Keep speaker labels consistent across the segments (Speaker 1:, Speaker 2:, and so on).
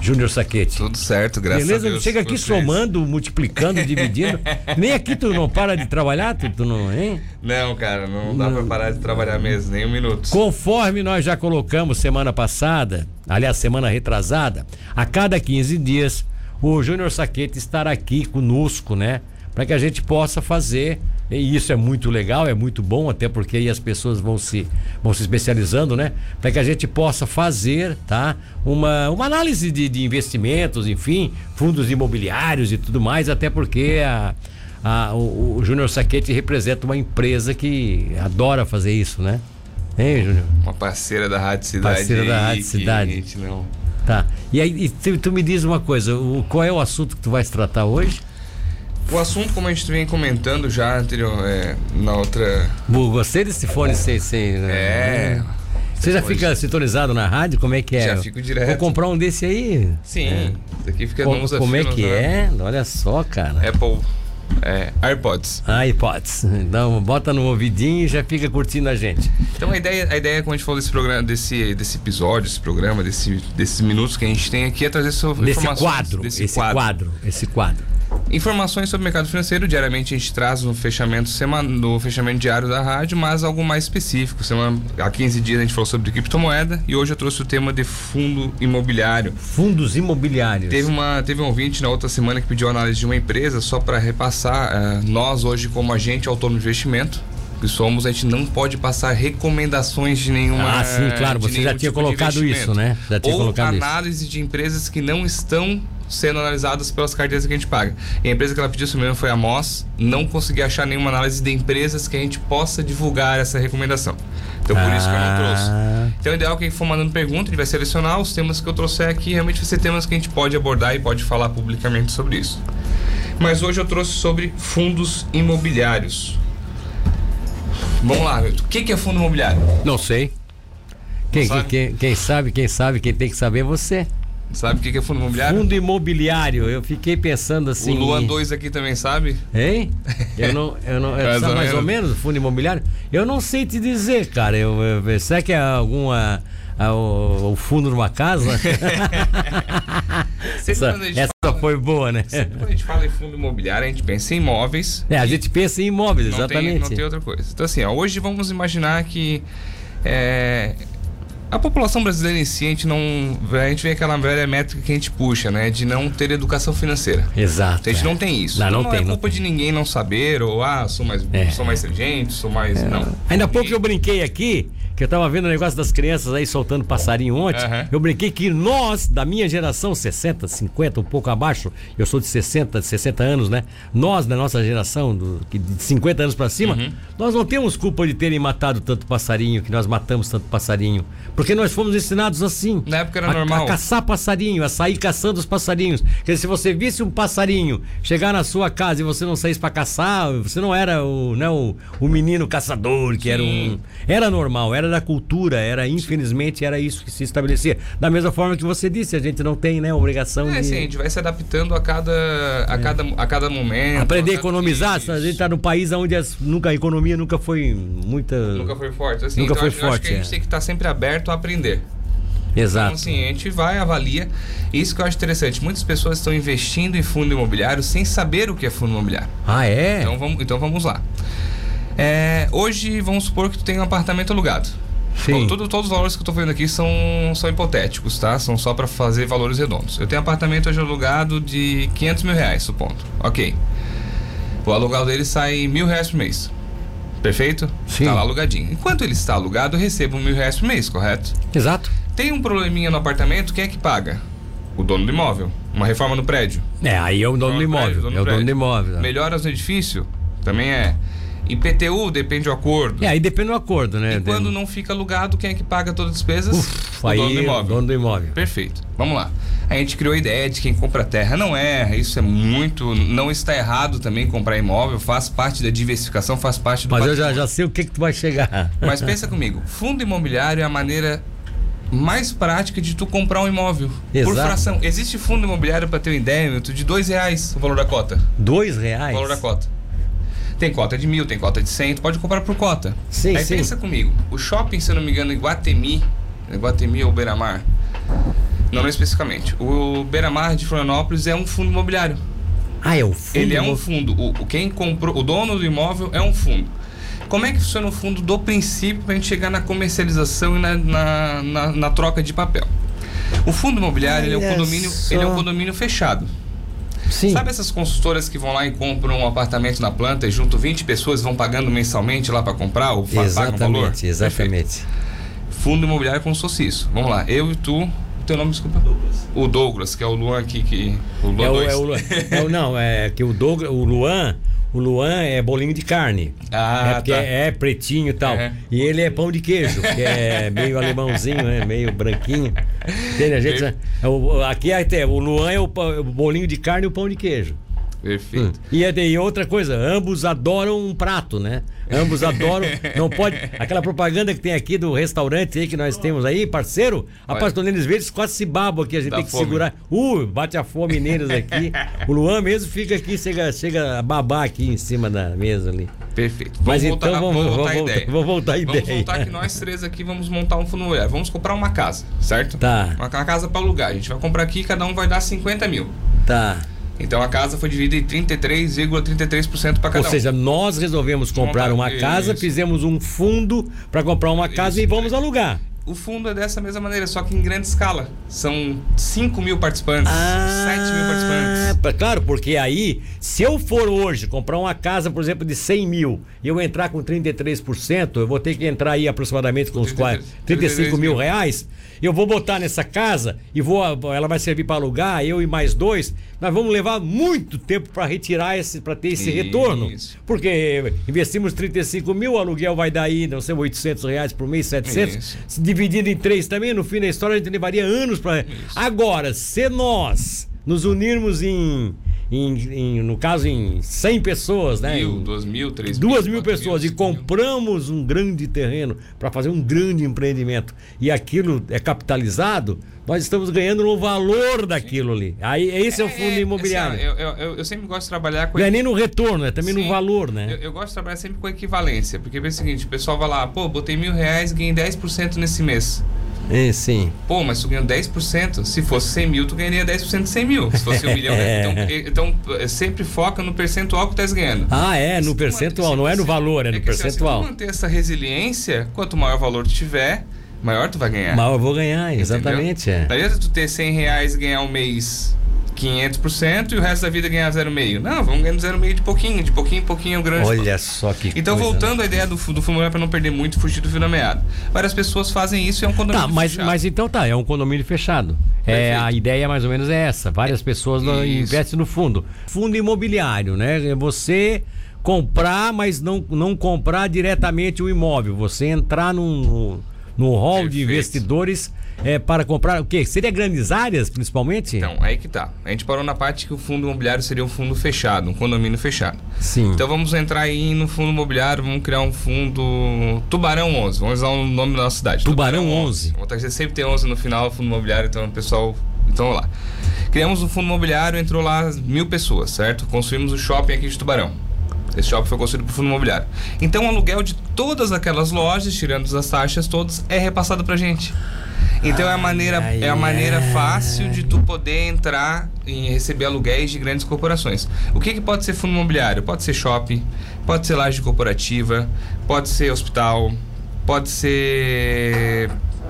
Speaker 1: Júnior Saquete.
Speaker 2: Tudo certo, graças
Speaker 1: Beleza?
Speaker 2: a Deus.
Speaker 1: Chega aqui
Speaker 2: vocês.
Speaker 1: somando, multiplicando, dividindo. Nem aqui tu não para de trabalhar, tu, tu não, hein?
Speaker 2: Não, cara, não, dá pra parar de trabalhar mesmo, nem um minuto.
Speaker 1: Conforme nós já colocamos semana passada, aliás, semana retrasada, a cada 15 dias, o Júnior Saquete estará aqui conosco, né? Para que a gente possa fazer. E isso é muito legal, é muito bom, até porque aí as pessoas vão se, vão se especializando, né? Para que a gente possa fazer, tá? Uma, uma análise de, de investimentos, enfim, fundos imobiliários e tudo mais, até porque a, a, o, o Júnior Saquete representa uma empresa que adora fazer isso, né? Hein, Júnior?
Speaker 2: Uma parceira da Rádio Cidade.
Speaker 1: Parceira da
Speaker 2: aí
Speaker 1: Rádio
Speaker 2: que
Speaker 1: Cidade.
Speaker 2: A gente não.
Speaker 1: Tá. E aí, e tu, tu me diz uma coisa, o, qual é o assunto que tu vai se tratar hoje?
Speaker 2: O assunto, como a gente vem comentando já anterior, é, na outra.
Speaker 1: Bu, gostei desse fone sem... sem né?
Speaker 2: É.
Speaker 1: Você já
Speaker 2: Hoje-
Speaker 1: fica sintonizado na rádio? Como é que é?
Speaker 2: Já fico direto.
Speaker 1: Vou comprar um desse aí.
Speaker 2: Sim. É, Isso aqui fica
Speaker 1: Co-
Speaker 2: no usa
Speaker 1: como é
Speaker 2: fio,
Speaker 1: que
Speaker 2: não usa-
Speaker 1: é? Olha só, cara.
Speaker 2: Apple. É, AirPods.
Speaker 1: iPods. Então, bota no ouvidinho e já fica curtindo a gente.
Speaker 2: Então a ideia, a ideia, como a gente falou desse programa, desse, desse episódio, desse programa, desse, desses minutos que a gente tem aqui, é trazer so-
Speaker 1: Desse
Speaker 2: informações
Speaker 1: quadro,
Speaker 2: desse
Speaker 1: esse quadro. esse quadro.
Speaker 2: Informações sobre o mercado financeiro, diariamente a gente traz no fechamento semana, no fechamento diário da rádio, mas algo mais específico. Semana, há 15 dias a gente falou sobre criptomoeda e hoje eu trouxe o tema de fundo imobiliário.
Speaker 1: Fundos imobiliários.
Speaker 2: Teve, uma, teve um ouvinte na outra semana que pediu análise de uma empresa, só para repassar, eh, nós hoje como agente autônomo de investimento, que somos, a gente não pode passar recomendações de nenhuma
Speaker 1: Ah, sim, claro,
Speaker 2: de
Speaker 1: você já
Speaker 2: nenhum
Speaker 1: tinha
Speaker 2: tipo de
Speaker 1: colocado
Speaker 2: investimento.
Speaker 1: isso, né? Já tinha
Speaker 2: Ou
Speaker 1: colocado isso.
Speaker 2: análise de empresas que não estão sendo analisadas pelas carteiras que a gente paga. E a empresa que ela pediu isso mesmo foi a Moss, não consegui achar nenhuma análise de empresas que a gente possa divulgar essa recomendação. Então por isso que eu não trouxe.
Speaker 1: Ah.
Speaker 2: Então, o ideal é que quem for mandando pergunta, ele vai selecionar os temas que eu trouxer aqui. Realmente vai ser temas que a gente pode abordar e pode falar publicamente sobre isso. Mas hoje eu trouxe sobre fundos imobiliários. Vamos lá, Milton. O que que é fundo imobiliário?
Speaker 1: Não sei. Quem,
Speaker 2: sabe?
Speaker 1: quem- quem sabe, quem sabe, quem tem que saber é você.
Speaker 2: Sabe o que que é fundo imobiliário?
Speaker 1: Fundo imobiliário, eu fiquei pensando assim.
Speaker 2: O Luan 2 aqui também sabe?
Speaker 1: Hein? Eu não, eu não,
Speaker 2: Mais
Speaker 1: sabe
Speaker 2: ou
Speaker 1: mais ou
Speaker 2: menos.
Speaker 1: menos fundo imobiliário? Eu não sei te dizer, cara. Eu, eu- será que é alguma. a- o, o fundo de uma casa? essa
Speaker 2: quando a gente
Speaker 1: essa
Speaker 2: fala-
Speaker 1: foi boa, né?
Speaker 2: Quando a gente fala em fundo imobiliário, a gente pensa em imóveis,
Speaker 1: É, a gente pensa em imóveis,
Speaker 2: Não tem-
Speaker 1: exatamente.
Speaker 2: não tem outra coisa. Então, assim, ó, hoje vamos imaginar que é, a população brasileira em si, a gente não. A gente vê aquela velha métrica que a gente puxa, né? De não ter educação financeira.
Speaker 1: Exato.
Speaker 2: Então, a gente
Speaker 1: é.
Speaker 2: não tem isso.
Speaker 1: Não,
Speaker 2: Então,
Speaker 1: não tem,
Speaker 2: é
Speaker 1: não
Speaker 2: culpa de ninguém não saber, ou ah, sou mais,
Speaker 1: É.
Speaker 2: sou mais inteligente, sou mais. Não.
Speaker 1: Ainda há pouco eu brinquei aqui, que eu tava vendo o negócio das crianças aí soltando passarinho ontem.
Speaker 2: Aham.
Speaker 1: Eu brinquei que nós, da minha geração, 60, 50, um pouco abaixo, eu sou de 60, de 60 anos, né? Nós, da nossa geração, do, que de 50 anos pra cima, nós não temos culpa de terem matado tanto passarinho, que nós matamos tanto passarinho. Porque nós fomos ensinados assim.
Speaker 2: Na época era
Speaker 1: a,
Speaker 2: normal.
Speaker 1: A caçar passarinho, a sair caçando os passarinhos. Quer dizer, se você visse um passarinho chegar na sua casa e você não saísse pra caçar, você não era o, né, o, o menino caçador, que era um. Era normal, era da cultura, era, infelizmente, era isso que se estabelecia. Da mesma forma que você disse, a gente não tem, né, obrigação
Speaker 2: É,
Speaker 1: de.
Speaker 2: assim, a gente vai se adaptando a cada, a cada, a cada momento.
Speaker 1: É. Aprender a
Speaker 2: cada-
Speaker 1: economizar,
Speaker 2: Isso.
Speaker 1: a gente tá num país onde as- nunca, a economia nunca foi muita.
Speaker 2: Nunca foi forte. Assim,
Speaker 1: Nunca
Speaker 2: então,
Speaker 1: foi
Speaker 2: acho, acho que
Speaker 1: forte,
Speaker 2: a gente
Speaker 1: é.
Speaker 2: tem que estar sempre aberto a aprender. Então,
Speaker 1: Exato.
Speaker 2: assim, a gente vai, avalia. Isso que eu acho interessante. Muitas pessoas estão investindo em fundo imobiliário sem saber o que é fundo imobiliário.
Speaker 1: Ah, é?
Speaker 2: Então, vamos, então vamos lá. É, hoje, vamos supor que tu tem um apartamento alugado.
Speaker 1: Sim.
Speaker 2: Bom, tudo- todos os valores que eu tô vendo aqui são, são hipotéticos, tá? São só para fazer valores redondos. Eu tenho um apartamento hoje alugado de 500 mil reais, supondo. Ok. O aluguel dele sai mil reais por mês. Perfeito?
Speaker 1: Sim.
Speaker 2: Tá lá alugadinho. Enquanto ele está alugado, eu recebo mil reais por mês, correto?
Speaker 1: Exato.
Speaker 2: Tem um probleminha no apartamento, quem é que paga? O dono do imóvel. Uma reforma no prédio.
Speaker 1: É, aí é o dono do
Speaker 2: prédio,
Speaker 1: imóvel. é o dono do
Speaker 2: prédio.
Speaker 1: imóvel.
Speaker 2: Melhoras no edifício? Também é. IPTU depende do acordo.
Speaker 1: É, aí depende do acordo, né?
Speaker 2: E
Speaker 1: Depende-
Speaker 2: quando não fica alugado, quem é que paga todas as despesas?
Speaker 1: Uf,
Speaker 2: o
Speaker 1: aí
Speaker 2: dono do imóvel.
Speaker 1: dono do imóvel.
Speaker 2: Perfeito. Vamos lá. A gente criou a ideia de quem compra terra não erra. Isso é muito. Não está errado também comprar imóvel. Faz parte da diversificação, faz parte do.
Speaker 1: Mas eu já,
Speaker 2: patrimônio.
Speaker 1: já sei o que, que tu vai chegar.
Speaker 2: Mas pensa comigo, fundo imobiliário é a maneira mais prática de tu comprar um imóvel por
Speaker 1: Exato.
Speaker 2: fração. Existe fundo imobiliário para ter uma ideia, Milton, de dois reais o valor da cota.
Speaker 1: Dois
Speaker 2: O
Speaker 1: reais?
Speaker 2: valor da cota. Tem cota de mil, tem cota de cem, tu pode comprar por cota.
Speaker 1: Sim,
Speaker 2: Aí
Speaker 1: sim.
Speaker 2: pensa comigo, o shopping, se eu não me engano, em Guatemi, é Guatemi ou Beira-Mar, Não, não especificamente. O Beira-Mar de Florianópolis é um fundo imobiliário.
Speaker 1: Ah, é o fundo.
Speaker 2: Ele é um
Speaker 1: imo-
Speaker 2: fundo. O, o- quem comprou, o dono do imóvel é um fundo. Como é que funciona o fundo do princípio para a gente chegar na comercialização e na, na, na- na troca de papel? O fundo imobiliário ele é, um
Speaker 1: Olha
Speaker 2: condomínio,
Speaker 1: só.
Speaker 2: ele é um condomínio fechado.
Speaker 1: Sim.
Speaker 2: Sabe essas consultoras que vão lá e compram um apartamento na planta e junto 20 pessoas vão pagando mensalmente lá para comprar ou fa- pagam o um valor?
Speaker 1: Exatamente, exatamente.
Speaker 2: Fundo imobiliário é como se fosse isso. Vamos lá, eu e tu. O teu nome, desculpa? O Douglas, que é o Luan aqui. Que, o Luan
Speaker 1: É o,
Speaker 2: dois.
Speaker 1: é o Luan. É o- não, é que o Douglas, o Luan, o Luan é bolinho de carne.
Speaker 2: Ah,
Speaker 1: é porque
Speaker 2: tá.
Speaker 1: é, é pretinho e tal.
Speaker 2: É.
Speaker 1: E ele é pão de queijo, que é meio alemãozinho, né? Meio branquinho. Entende? A gente, é o- aqui é até, o Luan é o, pão- é o bolinho de carne e o pão de queijo.
Speaker 2: Perfeito.
Speaker 1: E, é de- e outra coisa, ambos adoram um prato, né? Ambos adoram. Não pode. Aquela propaganda que tem aqui do restaurante aí que nós temos aí, parceiro, a
Speaker 2: Olha.
Speaker 1: Pastoneles Verdes quase se babo aqui, a gente
Speaker 2: Dá
Speaker 1: tem que
Speaker 2: fome.
Speaker 1: segurar. Uh, bate a fome neles aqui. o Luan mesmo fica aqui, chega, chega a babar aqui em cima da mesa ali.
Speaker 2: Perfeito.
Speaker 1: Mas então
Speaker 2: na-
Speaker 1: vamos- vamos voltar- vamos voltar à
Speaker 2: Vamos
Speaker 1: ideia.
Speaker 2: voltar que nós três aqui vamos montar um fundo imobiliário. Vamos comprar uma casa, certo?
Speaker 1: Tá.
Speaker 2: Uma ca- casa para alugar. A gente vai comprar aqui e cada um vai dar 50 mil.
Speaker 1: Tá.
Speaker 2: Então a casa foi dividida em 33,33% para cada
Speaker 1: Ou seja, nós resolvemos comprar
Speaker 2: Comprar-
Speaker 1: uma casa,
Speaker 2: isso.
Speaker 1: fizemos um fundo para comprar uma casa
Speaker 2: Isso.
Speaker 1: e vamos alugar.
Speaker 2: um. O fundo é dessa mesma maneira, só que em grande escala. São 5 mil participantes,
Speaker 1: Ah,
Speaker 2: 7 mil participantes.
Speaker 1: pa- Ah, Claro, porque aí, se eu for hoje comprar uma casa, por exemplo, de 100 mil e eu entrar com 33%, eu vou ter que entrar aí aproximadamente com uns
Speaker 2: 33
Speaker 1: 40, 35 mil
Speaker 2: mil.
Speaker 1: reais. Eu vou botar nessa casa e vou, ela vai servir para alugar, eu e mais dois. Nós vamos levar muito tempo para retirar esse, para ter esse
Speaker 2: Isso.
Speaker 1: retorno. Porque investimos 35 mil, o aluguel vai dar aí, não sei, 800 reais por mês, 700.
Speaker 2: Isso.
Speaker 1: Se dividindo em três também, no fim da história a gente levaria anos para. Agora, se nós nos unirmos em, em- em- no caso, em 100 pessoas, né?
Speaker 2: Mil,
Speaker 1: Em
Speaker 2: duas mil, três
Speaker 1: Duas mil
Speaker 2: quatro
Speaker 1: pessoas e
Speaker 2: cinco mil.
Speaker 1: compramos um grande terreno para fazer um grande empreendimento e aquilo é capitalizado, nós estamos ganhando no valor daquilo ali. Aí esse é, o fundo
Speaker 2: É,
Speaker 1: imobiliário.
Speaker 2: assim, ó, eu, eu- eu sempre gosto de trabalhar com
Speaker 1: Não é nem no retorno, é também no
Speaker 2: Sim.
Speaker 1: valor, né?
Speaker 2: Eu, eu gosto de trabalhar sempre com equivalência, porque é o seguinte, o pessoal vai lá, pô, botei mil reais, ganhei 10% nesse mês.
Speaker 1: É, sim.
Speaker 2: Pô, mas tu ganhou 10%, se fosse 100 mil, tu ganharia 10% de 100 mil. Se fosse um milhão, né? então, então eh, sempre foca no percentual que tu estás ganhando.
Speaker 1: É. Ah, é,
Speaker 2: Se
Speaker 1: no
Speaker 2: tu
Speaker 1: percentual,
Speaker 2: manter-
Speaker 1: não é
Speaker 2: se
Speaker 1: no
Speaker 2: tu-
Speaker 1: valor, é no
Speaker 2: que assim, ó,
Speaker 1: percentual.
Speaker 2: Se tu manter essa resiliência, quanto maior o valor tu tiver, maior tu vai ganhar.
Speaker 1: Mas eu vou ganhar,
Speaker 2: entendeu?
Speaker 1: exatamente. É.
Speaker 2: Não adianta tu ter 100 reais e ganhar um mês 500% e o resto da vida ganhar 0,5. Não, vamos ganhando 0,5 de pouquinho, de pouquinho em pouquinho, é um grande
Speaker 1: Olha só que
Speaker 2: Então,
Speaker 1: coisa. né?
Speaker 2: voltando à ideia do, fu- do fumo para não perder muito, fugir do fio da meada. Várias pessoas fazem isso e é um
Speaker 1: Tá,
Speaker 2: condomínio.
Speaker 1: mas,
Speaker 2: fechado.
Speaker 1: mas então tá, é um condomínio fechado. É,
Speaker 2: Perfeito.
Speaker 1: a ideia mais ou menos é essa. Várias pessoas não-
Speaker 2: Isso.
Speaker 1: investem no fundo. Fundo imobiliário, né? É você comprar, mas não, não comprar diretamente o imóvel. Você entrar num, num hall de
Speaker 2: Perfeito.
Speaker 1: investidores é, para comprar o quê? Seria grandes áreas, principalmente?
Speaker 2: Então, aí que tá. A gente parou na parte que o fundo imobiliário seria um fundo fechado, um condomínio fechado.
Speaker 1: Sim.
Speaker 2: Então, vamos entrar aí no fundo imobiliário, vamos criar um fundo Tubarão 11. Vamos usar o nome da nossa cidade.
Speaker 1: Tubarão né? 11.
Speaker 2: Vou trazer sempre tem 11 no final, fundo imobiliário, então o pessoal. Então vamos lá. Criamos um fundo imobiliário, entrou lá mil pessoas, certo? Construímos o shopping aqui de Tubarão. Esse shopping foi construído por fundo imobiliário. Então o aluguel de todas aquelas lojas, tirando as taxas todas, é repassado pra gente. Então é a maneira,
Speaker 1: Ai,
Speaker 2: é a maneira
Speaker 1: ai.
Speaker 2: fácil de tu poder entrar e receber aluguéis de grandes corporações. O que, que pode ser fundo imobiliário? Pode ser shopping, pode ser laje corporativa, pode ser hospital, pode ser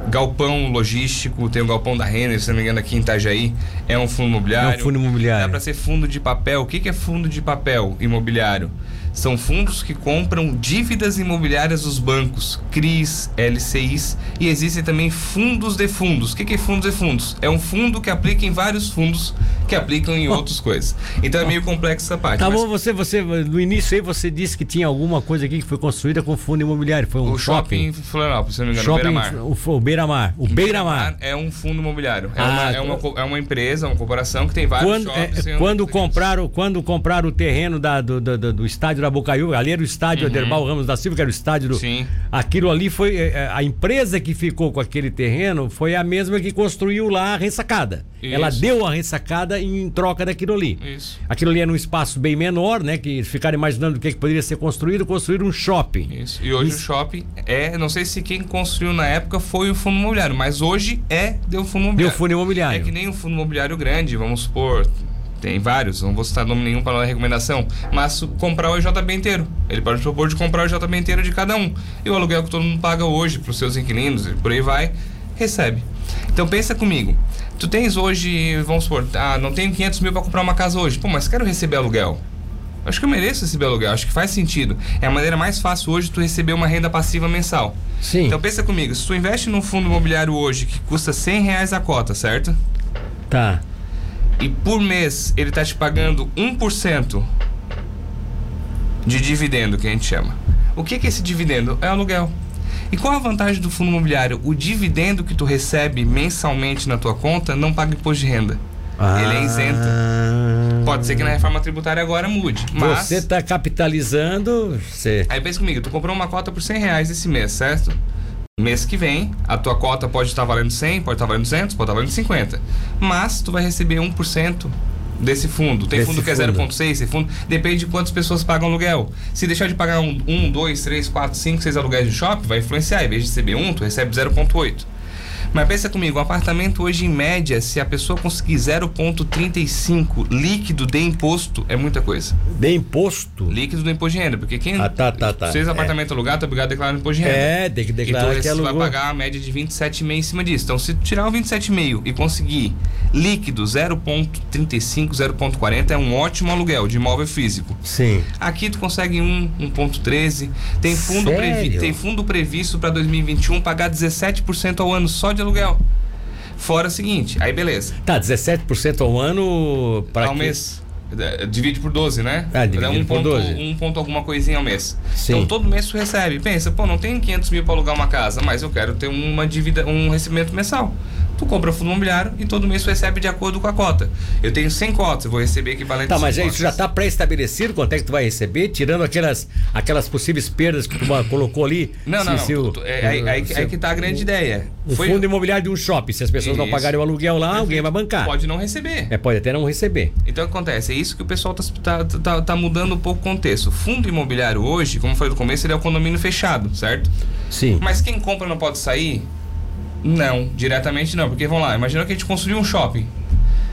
Speaker 2: galpão logístico, tem o galpão da Renner, se não me engano, aqui em Itajaí, é um fundo
Speaker 1: É
Speaker 2: imobiliário.
Speaker 1: um fundo imobiliário.
Speaker 2: Dá pra ser fundo de papel. O que, que é fundo de papel imobiliário? São fundos que compram dívidas imobiliárias dos bancos, CRIs, LCIs, e existem também fundos de fundos. O que, que é fundos de fundos? É um fundo que aplica em vários fundos que aplicam em outras coisas. Então é meio complexo essa parte.
Speaker 1: Tá
Speaker 2: mas
Speaker 1: bom, você, você, no início aí você disse que tinha alguma coisa aqui que foi construída com fundo imobiliário. Foi um
Speaker 2: o shopping, em Florianópolis, se não me engano,
Speaker 1: Shopping,
Speaker 2: Beira-Mar.
Speaker 1: o, f- o Beira-Mar. O Beira-Mar.
Speaker 2: É um fundo imobiliário. É,
Speaker 1: Ah,
Speaker 2: uma, é,
Speaker 1: tá.
Speaker 2: uma, co- é uma empresa, uma corporação que tem vários
Speaker 1: Quando, é,
Speaker 2: shoppings. e-
Speaker 1: quando compraram, quando compraram o terreno da- do, do, do- do estádio Jabucaiú, ali era o estádio Aderbal Ramos da Silva, que era o estádio do.
Speaker 2: Uhum. Sim.
Speaker 1: Aquilo ali foi. eh, eh, A empresa que ficou com aquele terreno foi a mesma que construiu lá a ressacada. Ela
Speaker 2: Isso.
Speaker 1: deu a ressacada em troca daquilo ali.
Speaker 2: Isso.
Speaker 1: Aquilo ali era um espaço bem menor, né? Que eles ficaram imaginando o que, que poderia ser construído, construíram um shopping.
Speaker 2: Isso. E hoje o shopping é, não sei se quem construiu na época foi o fundo imobiliário, mas hoje é deu fundo
Speaker 1: Deu
Speaker 2: imobiliário.
Speaker 1: fundo imobiliário.
Speaker 2: É que nem um fundo imobiliário grande, vamos supor. Tem vários, não vou citar nome nenhum para não dar recomendação, mas su- comprar o IJB inteiro. Ele pode propor de comprar o IJB inteiro de cada um. E o aluguel que todo mundo paga hoje para os seus inquilinos e por aí vai, recebe. Então pensa comigo. Tu tens hoje, vamos supor, ah, não tenho 500 mil para comprar uma casa hoje. Pô, mas quero receber aluguel. Acho que eu mereço receber aluguel, acho que faz sentido. É a maneira mais fácil hoje tu receber uma renda passiva mensal.
Speaker 1: Sim.
Speaker 2: Então pensa comigo, se tu investe num fundo imobiliário hoje que custa 100 reais a cota, certo?
Speaker 1: Tá.
Speaker 2: e por mês ele tá te pagando 1% de dividendo, que a gente chama. O que, que é esse dividendo? É aluguel. E qual a vantagem do fundo imobiliário? O dividendo que tu recebe mensalmente na tua conta não paga imposto de renda.
Speaker 1: Ah.
Speaker 2: Ele é isento. Pode ser que na reforma tributária agora mude, mas...
Speaker 1: Você tá capitalizando. Você...
Speaker 2: Aí pensa comigo, tu comprou uma cota por 100 reais esse mês, certo? Mês que vem, a tua cota pode estar valendo 100, pode estar valendo 200, pode estar valendo 50. Mas tu vai receber 1% desse fundo. Tem
Speaker 1: Desse
Speaker 2: fundo que é
Speaker 1: fundo.
Speaker 2: 0,6, esse fundo... Depende de quantas pessoas pagam aluguel. Se deixar de pagar 1, 2, 3, 4, 5, 6 aluguéis de shopping, vai influenciar. Em vez de receber 1, tu recebe 0,8. Mas pensa comigo, um apartamento hoje, em média, se a pessoa conseguir 0,35 líquido de imposto, é muita coisa
Speaker 1: De imposto.
Speaker 2: líquido do imposto de renda, porque quem
Speaker 1: Ah, tá, tá, tá.
Speaker 2: fez
Speaker 1: É.
Speaker 2: apartamento alugado tá obrigado a declarar no imposto de renda.
Speaker 1: É, tem que
Speaker 2: então
Speaker 1: declarar que
Speaker 2: você vai
Speaker 1: alugou.
Speaker 2: pagar a média de 27,5 em cima disso. Então, se tu tirar o 27,5 e conseguir líquido 0,35, 0,40, é um ótimo aluguel de imóvel físico.
Speaker 1: Sim.
Speaker 2: Aqui tu consegue 1, 1,13. Tem fundo,
Speaker 1: Sério?
Speaker 2: previ tem fundo previsto para 2021 pagar 17% ao ano só de aluguel. Fora o seguinte, aí beleza.
Speaker 1: Tá, 17% ao ano para
Speaker 2: ao mês. Eh, Divide por 12, né?
Speaker 1: Ah, divide
Speaker 2: Dá um
Speaker 1: por
Speaker 2: ponto,
Speaker 1: 12.
Speaker 2: Um ponto alguma coisinha ao mês.
Speaker 1: Sim.
Speaker 2: Então todo mês tu recebe. Pensa, pô, não tenho 500 mil pra alugar uma casa, mas eu quero ter uma dívida, um recebimento mensal. Tu compra fundo imobiliário e todo mês tu recebe de acordo com a cota. Eu tenho 100 cotas, eu vou receber equivalente
Speaker 1: Tá,
Speaker 2: a 100
Speaker 1: mas é, isso
Speaker 2: cotas.
Speaker 1: já tá pré-estabelecido quanto é que tu vai receber, tirando aquelas, aquelas possíveis perdas que tu ma- colocou ali.
Speaker 2: Não, não,
Speaker 1: se-
Speaker 2: não.
Speaker 1: se o-
Speaker 2: Tu- é, aí, aí que-
Speaker 1: se-
Speaker 2: aí que tá a grande ideia.
Speaker 1: o fundo imobiliário de um shopping. Se as pessoas não
Speaker 2: Isso.
Speaker 1: pagarem o aluguel lá, alguém vai bancar. Pode.
Speaker 2: Pode não receber.
Speaker 1: É, pode até não receber.
Speaker 2: Então o que acontece? É isso que o pessoal está tá, tá- tá mudando um pouco o contexto. O fundo imobiliário hoje, como eu falei no começo, ele é o condomínio fechado, certo?
Speaker 1: Sim.
Speaker 2: Mas quem compra não pode sair? Não, diretamente não, porque vamos lá, imagina que a gente construiu um shopping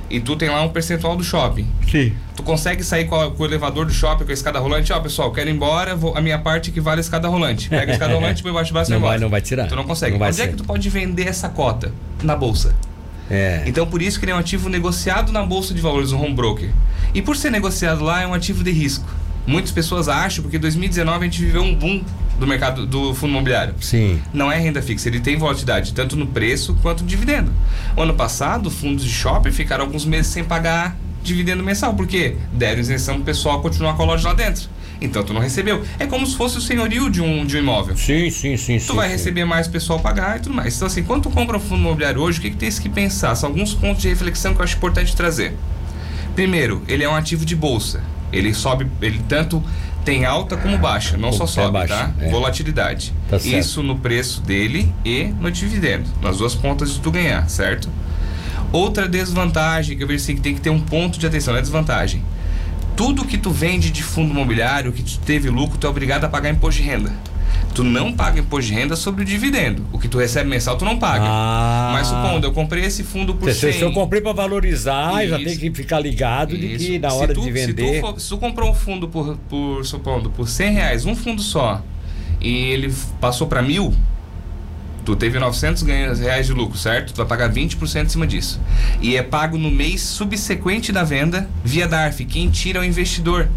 Speaker 2: e tu tem lá um percentual do shopping.
Speaker 1: Sim.
Speaker 2: Tu consegue sair com, a- com o elevador do shopping, com a escada rolante, ó, pessoal, quero ir embora, vou- a minha parte equivale à escada rolante. Pega a escada rolante, põe embaixo do braço e
Speaker 1: Não
Speaker 2: vai
Speaker 1: vai,
Speaker 2: embora.
Speaker 1: não vai tirar.
Speaker 2: Tu não consegue.
Speaker 1: Não vai
Speaker 2: Onde é
Speaker 1: ser.
Speaker 2: que tu pode vender essa cota? Na bolsa.
Speaker 1: É.
Speaker 2: Então por isso que ele é um ativo negociado na bolsa de valores, um home broker. E por ser negociado lá é um ativo de risco. Muitas pessoas acham porque em 2019 a gente viveu um boom do mercado do fundo imobiliário.
Speaker 1: Sim.
Speaker 2: Não é renda fixa, ele tem volatilidade, tanto no preço quanto no dividendo. Ano passado, fundos de shopping ficaram alguns meses sem pagar dividendo mensal, porque deram isenção pro pessoal continuar com a loja lá dentro. Então tu não recebeu. É como se fosse o senhorio de um, de um imóvel.
Speaker 1: Sim, sim, sim.
Speaker 2: Tu vai receber mais o pessoal pagar e tudo mais. Então, assim, quando tu compra um fundo imobiliário hoje, o que, que tem que pensar? São alguns pontos de reflexão que eu acho importante trazer. Primeiro, ele é um ativo de bolsa. Ele sobe, ele tanto tem alta como baixa, não só
Speaker 1: Até
Speaker 2: sobe,
Speaker 1: baixa,
Speaker 2: tá?
Speaker 1: é.
Speaker 2: Volatilidade.
Speaker 1: Tá certo.
Speaker 2: Isso no preço dele e no dividendo, nas duas pontas de tu ganhar, certo? Outra desvantagem que eu vejo assim que tem que ter um ponto de atenção, não é desvantagem. Tudo que tu vende de fundo imobiliário, que tu teve lucro, tu é obrigado a pagar imposto de renda. Tu não paga imposto de renda sobre o dividendo. O que tu recebe mensal, tu não paga.
Speaker 1: Ah.
Speaker 2: Mas supondo, eu comprei esse fundo por
Speaker 1: Se,
Speaker 2: 100.
Speaker 1: se eu comprei para valorizar, já
Speaker 2: Isso.
Speaker 1: tem que ficar ligado de que
Speaker 2: Isso.
Speaker 1: na
Speaker 2: Se
Speaker 1: hora
Speaker 2: tu-
Speaker 1: de
Speaker 2: se tu
Speaker 1: vender.
Speaker 2: for- Se tu, comprou um fundo por, por, supondo, por 100 reais, um fundo só, e ele f- passou para mil, tu teve 900 ganhos- reais de lucro, certo? Tu vai pagar 20% em cima disso. E é pago no mês subsequente da venda via DARF, quem tira é o investidor.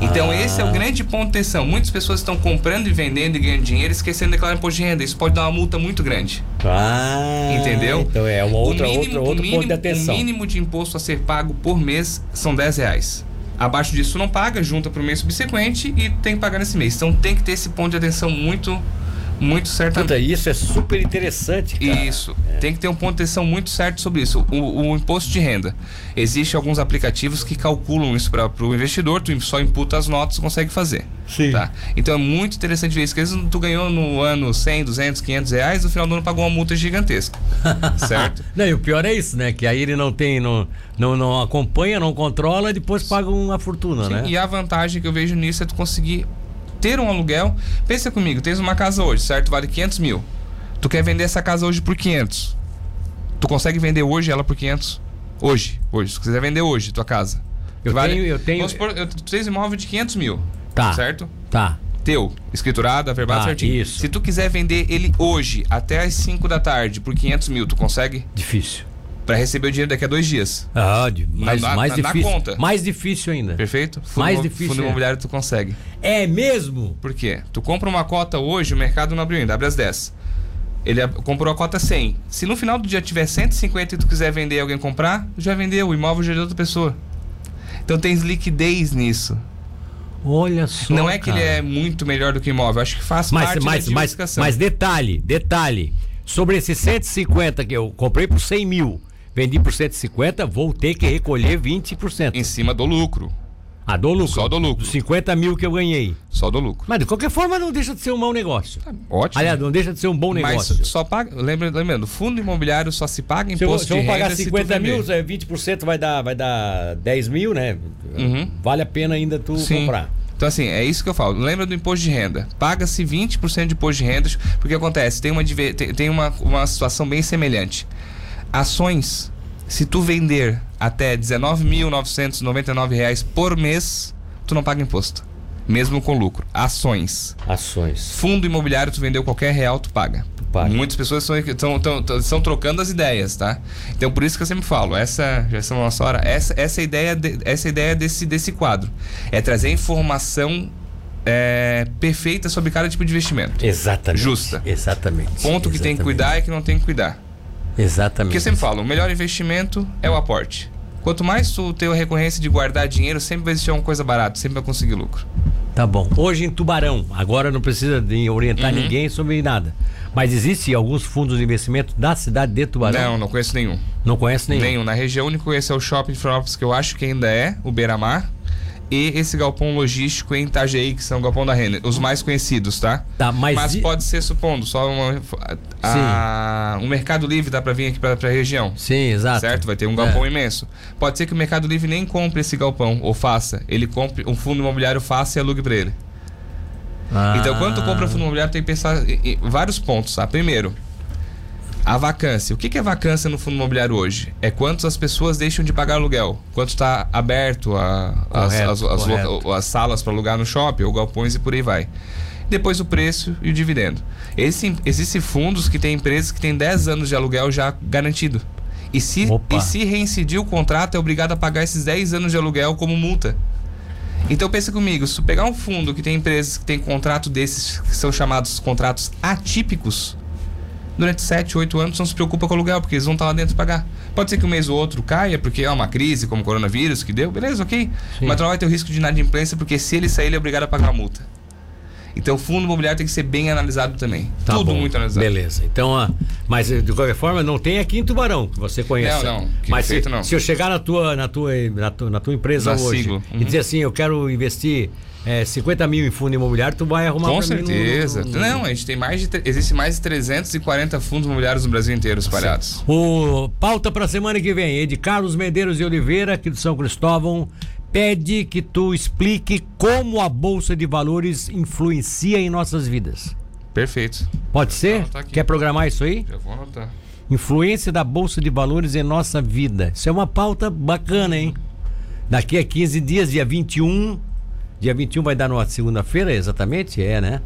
Speaker 1: Ah.
Speaker 2: Então, esse é o grande ponto de atenção. Muitas pessoas estão comprando e vendendo e ganhando dinheiro esquecendo de declarar imposto de renda. Isso pode dar uma multa muito grande.
Speaker 1: Ah,
Speaker 2: Entendeu?
Speaker 1: Então é uma outra,
Speaker 2: O mínimo-
Speaker 1: outra,
Speaker 2: o
Speaker 1: outro
Speaker 2: mínimo-
Speaker 1: ponto de atenção.
Speaker 2: O mínimo de imposto a ser pago por mês são 10 reais. Abaixo disso não paga, junta para o mês subsequente e tem que pagar nesse mês. Então tem que ter esse ponto de atenção muito muito certamente.
Speaker 1: Puta, isso é super interessante, cara.
Speaker 2: Isso. Tem que ter um ponto de atenção muito certo sobre isso. O, o imposto de renda. Existem alguns aplicativos que calculam isso para o investidor, tu só imputa as notas e consegue fazer.
Speaker 1: Sim.
Speaker 2: Tá? Então é muito interessante ver isso, que às vezes tu ganhou no ano 100, 200, 500 reais, no final do ano pagou uma multa gigantesca. certo?
Speaker 1: Não, e o pior é isso, né? Que aí ele não tem, não, não, não acompanha, não controla e depois paga uma fortuna, né?
Speaker 2: E a vantagem que eu vejo nisso é tu conseguir ter um aluguel. Pensa comigo, tens uma casa hoje, certo? Vale 500 mil. Tu quer vender essa casa hoje por 500. Tu consegue vender hoje ela por 500? Hoje, hoje. Se tu quiser vender hoje tua casa.
Speaker 1: Eu
Speaker 2: vale,
Speaker 1: tenho- eu tenho-
Speaker 2: Vamos supor, eu, tu tens um imóvel de 500 mil.
Speaker 1: Tá.
Speaker 2: Certo?
Speaker 1: Tá.
Speaker 2: Teu, escriturado, averbado
Speaker 1: Tá,
Speaker 2: certinho.
Speaker 1: isso.
Speaker 2: Se tu quiser vender ele hoje, até as 5 da tarde, por 500 mil, tu consegue?
Speaker 1: Difícil.
Speaker 2: Pra receber o dinheiro daqui a dois dias.
Speaker 1: Ah, de- mais,
Speaker 2: na-
Speaker 1: mais
Speaker 2: na- na
Speaker 1: difícil.
Speaker 2: conta.
Speaker 1: Mais difícil ainda.
Speaker 2: Perfeito?
Speaker 1: Mais
Speaker 2: imo-
Speaker 1: difícil,
Speaker 2: Fundo
Speaker 1: é.
Speaker 2: imobiliário tu consegue.
Speaker 1: É mesmo?
Speaker 2: Por quê? Tu compra uma cota hoje, o mercado não abriu ainda, abre às 10. Ele ab- comprou a cota 100. Se no final do dia tiver 150 e tu quiser vender e alguém comprar, já vendeu, o imóvel já é de outra pessoa. Então tens liquidez nisso.
Speaker 1: Olha só.
Speaker 2: não é que ele
Speaker 1: cara.
Speaker 2: é muito melhor do que o imóvel, acho que faz
Speaker 1: Mas,
Speaker 2: parte
Speaker 1: mas,
Speaker 2: da
Speaker 1: mas,
Speaker 2: diversificação.
Speaker 1: mas detalhe, detalhe. Sobre esses 150 que eu comprei por 100 mil, vendi por 150, vou ter que recolher 20%.
Speaker 2: Em cima do lucro.
Speaker 1: Ah, do lucro.
Speaker 2: Só do lucro.
Speaker 1: Dos 50 mil que eu ganhei.
Speaker 2: Só do lucro.
Speaker 1: Mas de qualquer forma não deixa de ser um mau negócio.
Speaker 2: Ótimo.
Speaker 1: Aliás, não deixa de ser um bom
Speaker 2: Tá, mas
Speaker 1: negócio.
Speaker 2: só paga. Lembra, lembrando, fundo imobiliário só se paga
Speaker 1: Se eu,
Speaker 2: imposto
Speaker 1: se eu
Speaker 2: de
Speaker 1: pagar
Speaker 2: renda se tu
Speaker 1: 50 mil,
Speaker 2: vender.
Speaker 1: é, 20% vai dar, vai dar 10 mil, né?
Speaker 2: Uhum.
Speaker 1: Vale a pena ainda tu comprar.
Speaker 2: Então, assim, é isso que eu falo. Lembra do imposto de renda. Paga-se 20% de imposto de rendas, porque acontece, tem, uma, diver- tem, tem uma, uma situação bem semelhante. Ações, se tu vender até R$19.999 reais por mês, tu não paga imposto. Mesmo com lucro. Ações.
Speaker 1: Ações.
Speaker 2: Fundo imobiliário, tu vendeu qualquer real, tu paga.
Speaker 1: paga.
Speaker 2: Muitas pessoas são, tão- tão- tão- estão trocando as ideias, tá? Então por isso que eu sempre falo, essa já são nossa hora, essa, essa ideia, de- essa ideia desse, desse quadro. É trazer informação é, perfeita sobre cada tipo de investimento.
Speaker 1: Exatamente.
Speaker 2: Justa.
Speaker 1: Exatamente.
Speaker 2: Ponto que tem que cuidar e que não tem que cuidar.
Speaker 1: Exatamente.
Speaker 2: Porque eu sempre falo, o melhor investimento é o aporte. Quanto mais tu ter a recorrência de guardar dinheiro, sempre vai existir uma coisa barata, sempre vai conseguir lucro.
Speaker 1: Tá bom. Hoje em Tubarão, agora não precisa de orientar
Speaker 2: Uhum.
Speaker 1: ninguém sobre nada. Mas existe alguns fundos de investimento da cidade de Tubarão?
Speaker 2: Não, não conheço nenhum.
Speaker 1: Não conhece nenhum.
Speaker 2: Nenhum. Na região, o único que esse é o Shopping Florianópolis, que eu acho que ainda é, o Beira-Mar. E esse galpão logístico em Itajaí, que são o galpão da Renner. Os mais conhecidos, tá?
Speaker 1: Tá, mas e-
Speaker 2: pode ser, supondo, só uma... a- o Mercado Livre dá pra vir aqui pra, pra região.
Speaker 1: Sim, exato. É.
Speaker 2: Certo? Vai ter um galpão imenso. Pode ser que o Mercado Livre nem compre esse galpão, ou faça. Ele compre, um fundo imobiliário faça e alugue pra ele.
Speaker 1: Ah,
Speaker 2: Então, quando tu compra um fundo imobiliário, tem que pensar em, em vários pontos, tá? Primeiro, a vacância. O que que é vacância no fundo imobiliário hoje? É quantas as pessoas deixam de pagar aluguel. Quanto está aberto a- as,
Speaker 1: Correto,
Speaker 2: as- as lo-
Speaker 1: correto.
Speaker 2: as salas para alugar no shopping, ou galpões e por aí vai. Depois o preço e o dividendo. Esse- existem fundos que têm empresas que têm 10 anos de aluguel já garantido. E se,
Speaker 1: Opa.
Speaker 2: e se reincidir o contrato, é obrigado a pagar esses 10 anos de aluguel como multa. Então pensa comigo, se tu pegar um fundo que tem empresas que tem contrato desses, que são chamados contratos atípicos, durante 7, 8 anos não se preocupa com o aluguel, porque eles vão estar lá dentro pagar. Pode ser que um mês ou outro caia, porque é uma crise como o coronavírus que deu, beleza, ok. Mas tu não vai ter o risco de inadimplência, porque se ele sair, ele é obrigado a pagar a multa. Então o fundo imobiliário tem que ser bem analisado também.
Speaker 1: tá
Speaker 2: Tudo
Speaker 1: bom.
Speaker 2: muito analisado.
Speaker 1: Beleza. Então, ah, mas eh, de qualquer forma, não tem aqui em Tubarão, que você conhece.
Speaker 2: Não, não. Que
Speaker 1: Mas se,
Speaker 2: feito, não.
Speaker 1: se eu chegar na tua, na tua, na tua, na tua empresa
Speaker 2: Na
Speaker 1: hoje
Speaker 2: sigla.
Speaker 1: e
Speaker 2: Uhum.
Speaker 1: dizer assim, eu quero investir eh, 50 mil em fundo imobiliário, tu vai arrumar
Speaker 2: Com
Speaker 1: pra mim no-
Speaker 2: certeza.
Speaker 1: no- no-
Speaker 2: Não, a gente tem mais de. tre- Existe mais de 340 fundos imobiliários no Brasil inteiro espalhados.
Speaker 1: O pauta para semana que vem, é de Carlos Medeiros de Oliveira, aqui de São Cristóvão, pede que tu explique como a bolsa de valores influencia em nossas vidas.
Speaker 2: Perfeito.
Speaker 1: Pode ser?
Speaker 2: Não, tá aqui.
Speaker 1: Quer programar isso aí?
Speaker 2: Já vou anotar.
Speaker 1: Influência da bolsa de valores em nossa vida. Isso é uma pauta bacana, hein? Daqui a 15 dias, dia 21. Dia 21 vai dar numa segunda-feira, exatamente? É, né?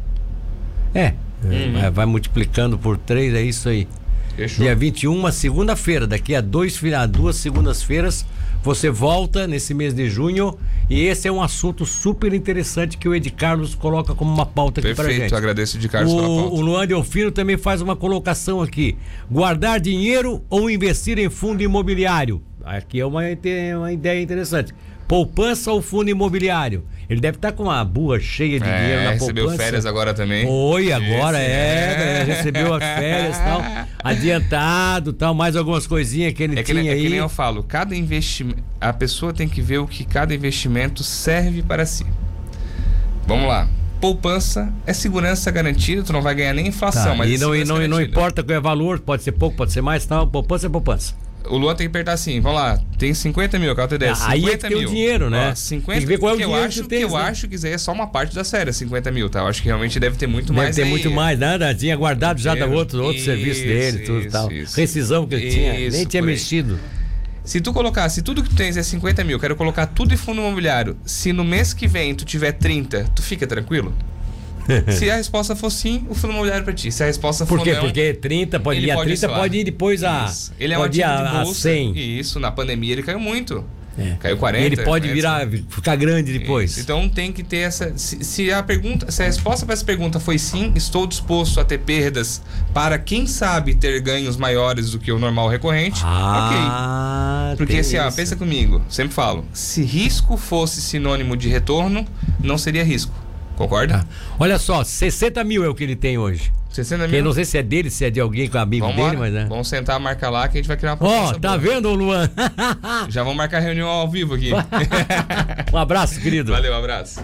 Speaker 1: É.
Speaker 2: Uhum.
Speaker 1: Vai- Vai multiplicando por 3, é isso aí.
Speaker 2: Fechou.
Speaker 1: Dia 21, uma segunda-feira, daqui a, dois, fi- a duas segundas-feiras, você volta nesse mês de junho e esse é um assunto super interessante que o Ed Carlos coloca como uma pauta aqui pra gente.
Speaker 2: Perfeito, agradeço de Carlos
Speaker 1: o,
Speaker 2: pela pauta.
Speaker 1: o Luan Delfino também faz uma colocação aqui. Guardar dinheiro ou investir em fundo imobiliário? Aqui é uma, inte- uma ideia interessante. Poupança ou fundo imobiliário? Ele deve estar com uma burra cheia de dinheiro na
Speaker 2: É,
Speaker 1: poupança.
Speaker 2: recebeu férias agora também.
Speaker 1: Oi, agora
Speaker 2: Esse,
Speaker 1: é, é, recebeu as férias e tal, adiantado tal, mais algumas coisinhas que ele
Speaker 2: É que, nem,
Speaker 1: tinha
Speaker 2: é que
Speaker 1: aí.
Speaker 2: nem eu falo, cada investimento. A pessoa tem que ver o que cada investimento serve para si. Vamos lá. Poupança é segurança garantida, tu não vai ganhar nem inflação,
Speaker 1: Tá,
Speaker 2: mas
Speaker 1: e
Speaker 2: é
Speaker 1: não, e
Speaker 2: segurança
Speaker 1: não, e não
Speaker 2: garantida.
Speaker 1: importa qual é o valor, pode ser pouco, pode ser mais, tal, poupança é poupança.
Speaker 2: O Luan tem que apertar assim, vamos lá, tem 50 mil, aquela ideia,
Speaker 1: Ah, aí
Speaker 2: 50
Speaker 1: é que tem o
Speaker 2: mil.
Speaker 1: dinheiro, né?
Speaker 2: Ó, 50,
Speaker 1: Tem que ver qual é o
Speaker 2: que
Speaker 1: dinheiro
Speaker 2: eu acho,
Speaker 1: que tu tens,
Speaker 2: eu
Speaker 1: né?
Speaker 2: acho que isso aí é só uma parte da série, 50 mil, tá? Eu acho que realmente deve ter muito
Speaker 1: Deve
Speaker 2: mais
Speaker 1: ter
Speaker 2: aí. é.
Speaker 1: muito mais, nada, tinha guardado já da
Speaker 2: Dinheiro.
Speaker 1: outro, outro
Speaker 2: Isso,
Speaker 1: serviço dele, tudo e
Speaker 2: isso,
Speaker 1: tal.
Speaker 2: isso.
Speaker 1: Rescisão que ele tinha,
Speaker 2: Isso,
Speaker 1: nem tinha
Speaker 2: por aí.
Speaker 1: mexido.
Speaker 2: Se tu colocar, se tudo que tu tens é 50 mil, quero colocar tudo em fundo imobiliário, se no mês que vem tu tiver 30, tu fica tranquilo? se a resposta for sim, o fundo imobiliário é pra ti. Se a resposta for
Speaker 1: Por quê?
Speaker 2: não...
Speaker 1: Porque 30, pode,
Speaker 2: é um- ele
Speaker 1: e a
Speaker 2: pode
Speaker 1: 30
Speaker 2: oscilar.
Speaker 1: pode ir depois a,
Speaker 2: Isso. Ele é um
Speaker 1: pode ir
Speaker 2: ativo de
Speaker 1: a, a
Speaker 2: bolsa,
Speaker 1: 100.
Speaker 2: E isso, na pandemia ele caiu muito.
Speaker 1: É.
Speaker 2: Caiu 40.
Speaker 1: E ele pode
Speaker 2: 40.
Speaker 1: virar, ficar grande depois.
Speaker 2: Isso. Então tem que ter essa. Se, se a pergunta, se a resposta para essa pergunta foi sim, estou disposto a ter perdas para quem sabe ter ganhos maiores do que o normal recorrente. ok.
Speaker 1: ah,
Speaker 2: Porque
Speaker 1: tem
Speaker 2: assim, ó,
Speaker 1: isso.
Speaker 2: pensa comigo, sempre falo, se risco fosse sinônimo de retorno, não seria risco.
Speaker 1: Tá.
Speaker 2: Concorda?
Speaker 1: Olha só, 60 mil é o que ele tem hoje.
Speaker 2: 60
Speaker 1: Que eu
Speaker 2: mil.
Speaker 1: não sei se é dele, se é de alguém com amigo
Speaker 2: Vamos,
Speaker 1: dele,
Speaker 2: lá,
Speaker 1: mas é.
Speaker 2: vamos sentar a marca lá que a gente vai criar uma
Speaker 1: Ó,
Speaker 2: proposta
Speaker 1: tá
Speaker 2: boa.
Speaker 1: vendo, Luan?
Speaker 2: Já vamos marcar reunião ao vivo aqui.
Speaker 1: um abraço, querido.
Speaker 2: Valeu, abraço.